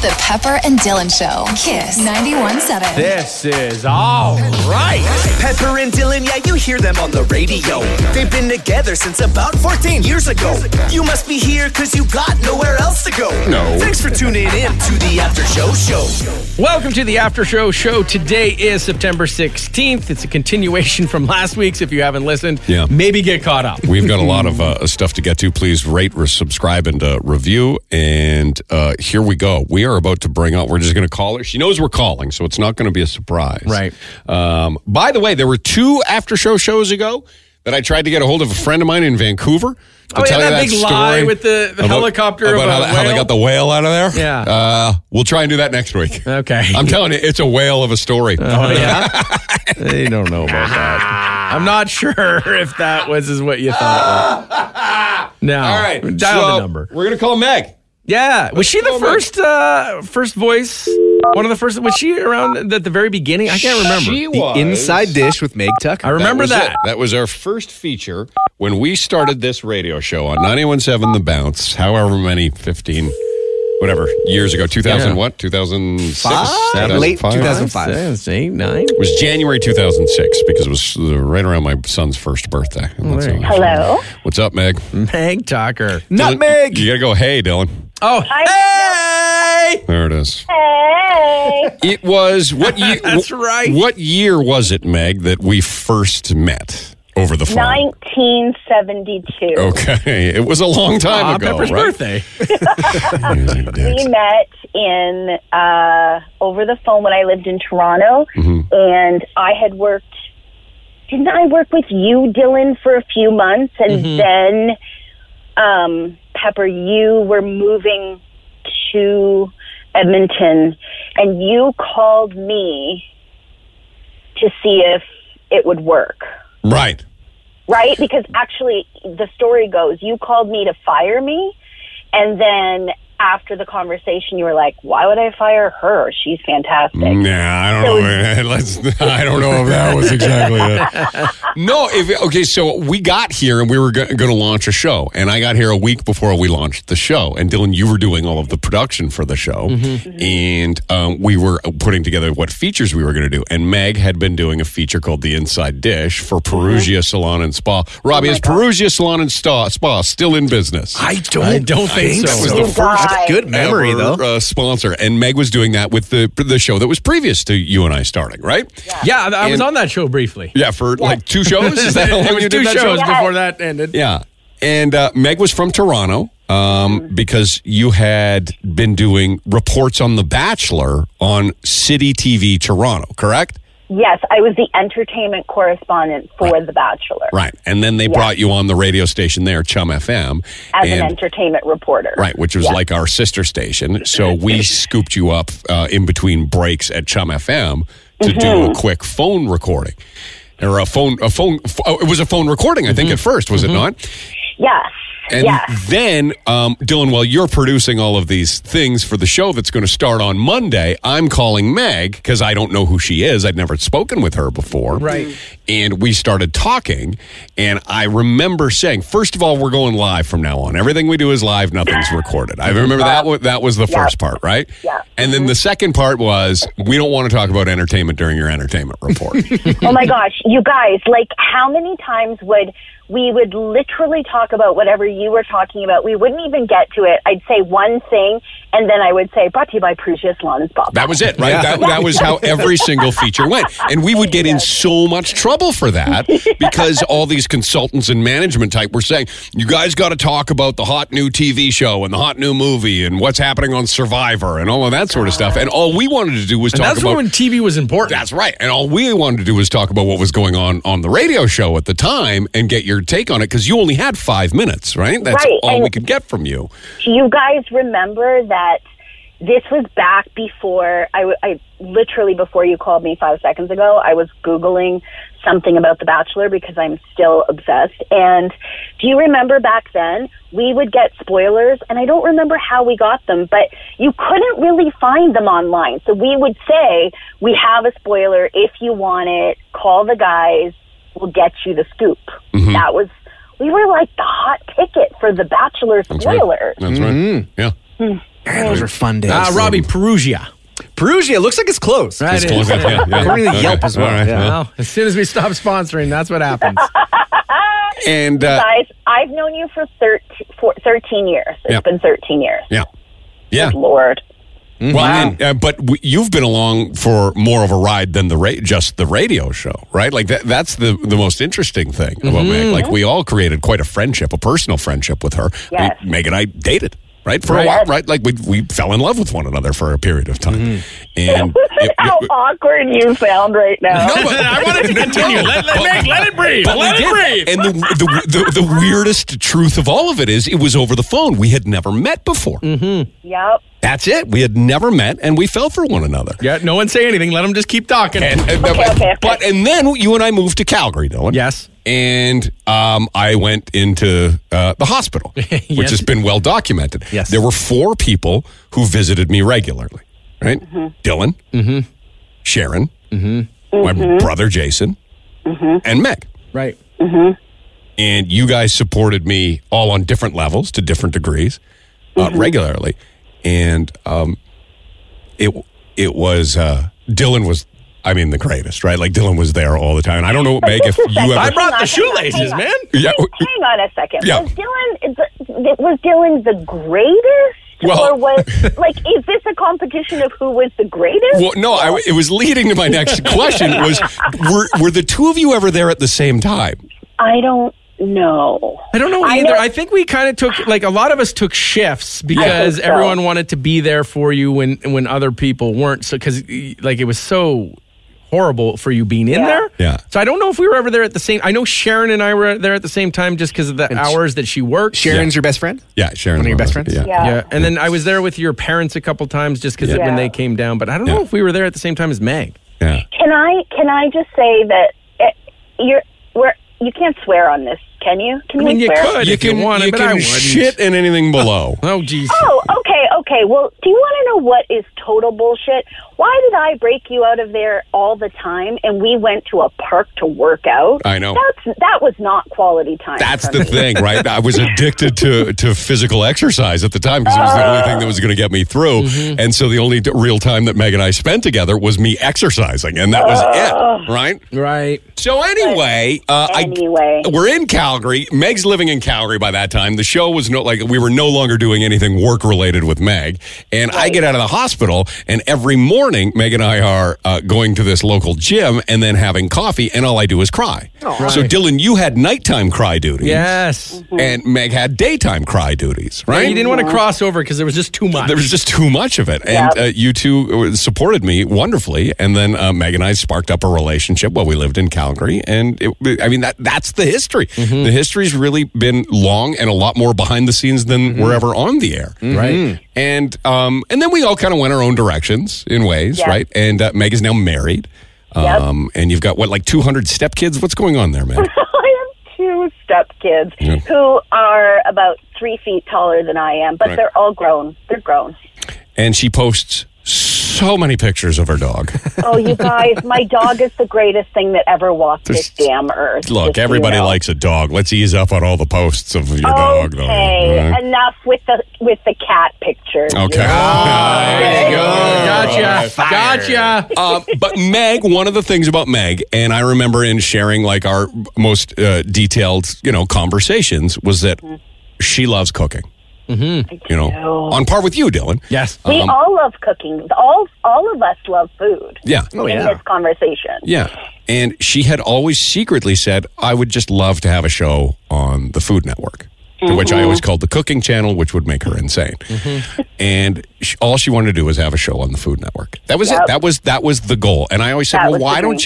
The Pepper and Dylan Show. Kiss 91.7. This is all right. Pepper and Dylan, yeah, you hear them on the radio. They've been together since about 14 years ago. You must be here because you got nowhere else to go. No. Thanks for tuning in to the After Show Show. Welcome to the After Show show. Today is September 16th. It's a continuation from last week's. If you haven't listened, Yeah. maybe get caught up. We've got a lot of uh, stuff to get to. Please rate, re- subscribe, and uh, review. And uh, here we go. We are about to bring on. We're just going to call her. She knows we're calling, so it's not going to be a surprise. Right. Um, by the way, there were two after show shows ago that I tried to get a hold of a friend of mine in Vancouver. To Oh, yeah, tell you that that big story lie with the- the about- helicopter about of a how, how they whale. got the whale out of there. Yeah. Uh, we'll try and do that next week. Okay. I'm telling you, it's a whale of a story. oh, yeah? they don't know about that. I'm not sure if that was is what you thought. it was. No. All right. Dial so the number. We're going to call Meg. Yeah. Was she the go, Mike. first uh first voice? One of the first was she around at the very beginning? I can't remember. She was. Inside Dish with Meg Tucker. I remember was that. it. That was our first feature when we started this radio show on 917 The Bounce, however many, 15, whatever, years ago. 2000, Yeah. what? 2006? Five? Late 2005? 2005. Six, eight, nine. It was January 2006 because it was uh, right around my son's first birthday. And that's there you all. Hello. What's up, Meg? Meg Tucker. Nutmeg. You got to go, hey, Dylan. Oh, hey! There it is. Hey. It was what year? That's right. What year was it, Meg, that we first met over the phone? 1972. Okay, it was a long time Aw, ago. Pepper's right? birthday. We met in uh, over the phone when I lived in Toronto, and I had worked. Didn't I work with you, Dylan, for a few months, and then um, Pepper, you were moving to Edmonton, and you called me to see if it would work. Right. right? Because actually, the story goes you called me to fire me, and then after the conversation, you were like, "Why would I fire her? She's fantastic." Nah, I don't know. Let's, I don't know if that was exactly it. No, if, okay, so we got here and we were going to launch a show. And I got here a week before we launched the show. And Dylan, you were doing all of the production for the show. Mm-hmm. And um, we were putting together what features we were going to do. And Meg had been doing a feature called The Inside Dish for Perugia Salon and Spa. Robbie, is Perugia Salon and Spa, Spa still in business? I don't, I don't think so. That was You the guys. Good memory, ever, though. Uh, sponsor, and Meg was doing that with the the show that was previous to you and I starting, right? Yeah, Yeah, I was And- on that show briefly. for like two shows. Is that how long it was you two did that shows show? Yeah. before that ended. Yeah, and uh, Meg was from Toronto um, Mm-hmm. because you had been doing reports on The Bachelor on City TV Toronto, correct? Yes, I was the entertainment correspondent for The Bachelor Right, and then they brought you on the radio station there, Chum FM, as and. an entertainment reporter. Right, which was like our sister station. So we scooped you up uh, in between breaks at Chum FM to do a quick phone recording. Or a phone, a phone. Oh, it was a phone recording, I think. At first, was it not? Yes. And yes. then, um, Dylan, while you're producing all of these things for the show that's going to start on Monday, I'm calling Meg because I don't know who she is. I'd never spoken with her before. Right. And we started talking. And I remember saying, first of all, we're going live from now on. Everything we do is live, nothing's recorded. I remember that wa- that was the first part, right? Uh-huh. Yeah. And then the second part was, we don't want to talk about entertainment during your entertainment report. oh my gosh, you guys, like how many times would we would literally talk about whatever you were talking about? We wouldn't even get to it. I'd say one thing and then I would say brought to you by Prusius Lawns Bob. That was it, right? That, that was how every single feature went. And we would get in so much trouble for that because all these consultants and management type were saying, you guys got to talk about the hot new TV show and the hot new movie and what's happening on Survivor and all of that sort of stuff. And all we wanted to do was And talk that's about. when TV was important. that's right. And all we wanted to do was talk about what was going on on the radio show at the time and get your take on it because you only had five minutes, right? That's Right, all and- we could get from you. Do you guys remember that this was back before I, w- I literally before you called me five seconds ago? I was Googling something about The Bachelor because I'm still obsessed. And do you remember back then we would get spoilers, and I don't remember how we got them, but you couldn't really find them online. So we would say we have a spoiler. If you want it, call the guys. We'll get you the scoop. That was. We were like the hot ticket for the Bachelor right. spoilers. Mm-hmm. That's right. Yeah. Man, those were fun days. Uh, Robbie Perugia. Perugia looks like it's closed. Right. It's close. Yeah. Yeah, yeah. According to Yelp as well, All right, yeah. Well, as soon as we stop sponsoring, that's what happens. And uh, Guys, I've known you for 13, for 13 years. It's Yeah. been 13 years. yeah, yeah. Lord. Well, and, uh, but w- you've been along for more of a ride than the ra- just the radio show, right? Like that, that's the the most interesting thing about Meg. Mm-hmm. Like we all created quite a friendship, a personal friendship with her. We- Yes. Meg and I dated. Right for Right. a while, right? Like we we fell in love with one another for a period of time, Mm-hmm. and it- How it- awkward you sound right now. No, but I want it to continue. Let- let- Meg, let it breathe. But we Let it did. breathe. And the, the, the, the weirdest truth of all of it is it was over the phone. We had never met before. Yep. That's it. We had never met and we fell for one another. yeah, no one say anything. Let them just keep talking. And, and- Okay, but, okay, okay. but- and then you and I moved to Calgary, Dylan. Yes. And um, I went into uh, the hospital, which Yes. has been well documented. Yes. There were four people who visited me regularly, right? Mm-hmm. Dylan, Mm-hmm. Sharon, my brother Jason, Mm-hmm. and Meg. right. and you guys supported me all on different levels to different degrees uh, regularly and um, it it was uh, Dylan was I mean the greatest right like Dylan was there all the time and I don't know Meg if you I ever brought the Hang on, hang shoelaces, on. man. yeah, Hang on a second. Yeah. Was Dylan th- was Dylan the greatest? Well- or was like is this a competition of who was the greatest? well, no I, it was leading to my next question was were, were the two of you ever there at the same time I don't know. I don't know I either. know- I think we kind of took like a lot of us took shifts because so. everyone wanted to be there for you when when other people weren't. So because like it was so horrible for you being in Yeah. there. Yeah. So I don't know if we were ever there at the same. I know Sharon and I were there at the same time just because of the hours that she worked. Sharon's your best friend? yeah Sharon One of your best friends? yeah. Yeah. Yeah, and then I was there with your parents a couple times just because Yeah. when Yeah. they came down. But I don't know Yeah. if we were there at the same time as Meg. yeah Can I can I just say that it, you're we're, you can't swear on this, can you? Can I mean, we you swear? could. you if you can, wanted, you but I can wouldn't. shit in anything below Oh, jeez. Oh, okay, okay. Well, do you want to know what is total bullshit? Why did I break you out of there all the time and we went to a park to work out? I know. That's that was not quality time. That's for the me. thing, right? I was addicted to, to physical exercise at the time because it was the only thing that was going to get me through. And so the only d- real time that Meg and I spent together was me exercising, and that was it, right? Right. So anyway, uh, Anyway. I, we're in Calgary. Meg's living in Calgary by that time. The show was no like we were no longer doing anything work related with Meg. And I get out of the hospital, and every morning Meg and I are uh, going to this local gym and then having coffee, and all I do is cry. So Dylan, you had nighttime cry duty Yes. Mm-hmm. and Meg had daytime cry duties, right? And you didn't want to cross over because there was just too much. There was just too much of it, and uh, you two uh, supported me wonderfully. And then uh, Meg and I sparked up a relationship while we lived in Calgary, and it, I mean that—that's the history. The history's really been long and a lot more behind the scenes than we're ever on the air, right? And um, and then we all kind of went our own directions in ways, Yeah. right? And uh, Meg is now married, Yep. um, and you've got what like two hundred stepkids. What's going on there, man? I have two stepkids who are about three feet taller than I am, but Right. they're all grown. They're grown. and she posts so many pictures of her dog. Oh, you guys, my dog is the greatest thing that ever walked this There's- damn earth. just Look, so you everybody know. likes a dog. Let's ease up on all the posts of your dog, though. Okay, All right. enough with the with the cat pictures. Okay. There you go. All right. Gotcha. Gotcha. Um, but Meg, one of the things about Meg, and I remember in sharing like our most uh, detailed, you know, conversations was that Mm-hmm. she loves cooking. Mm-hmm. You know, on par with you, Dylan. Yes. We Um, all love cooking. All all of us love food. Oh, Yeah. in this conversation. Yeah. And she had always secretly said, I would just love to have a show on the Food Network, to which Mm-hmm. I always called the Cooking Channel, which would make her insane. And she, all she wanted to do was have a show on the Food Network. That was it. That was that was the goal. And I always said, That well, was why the don't dream.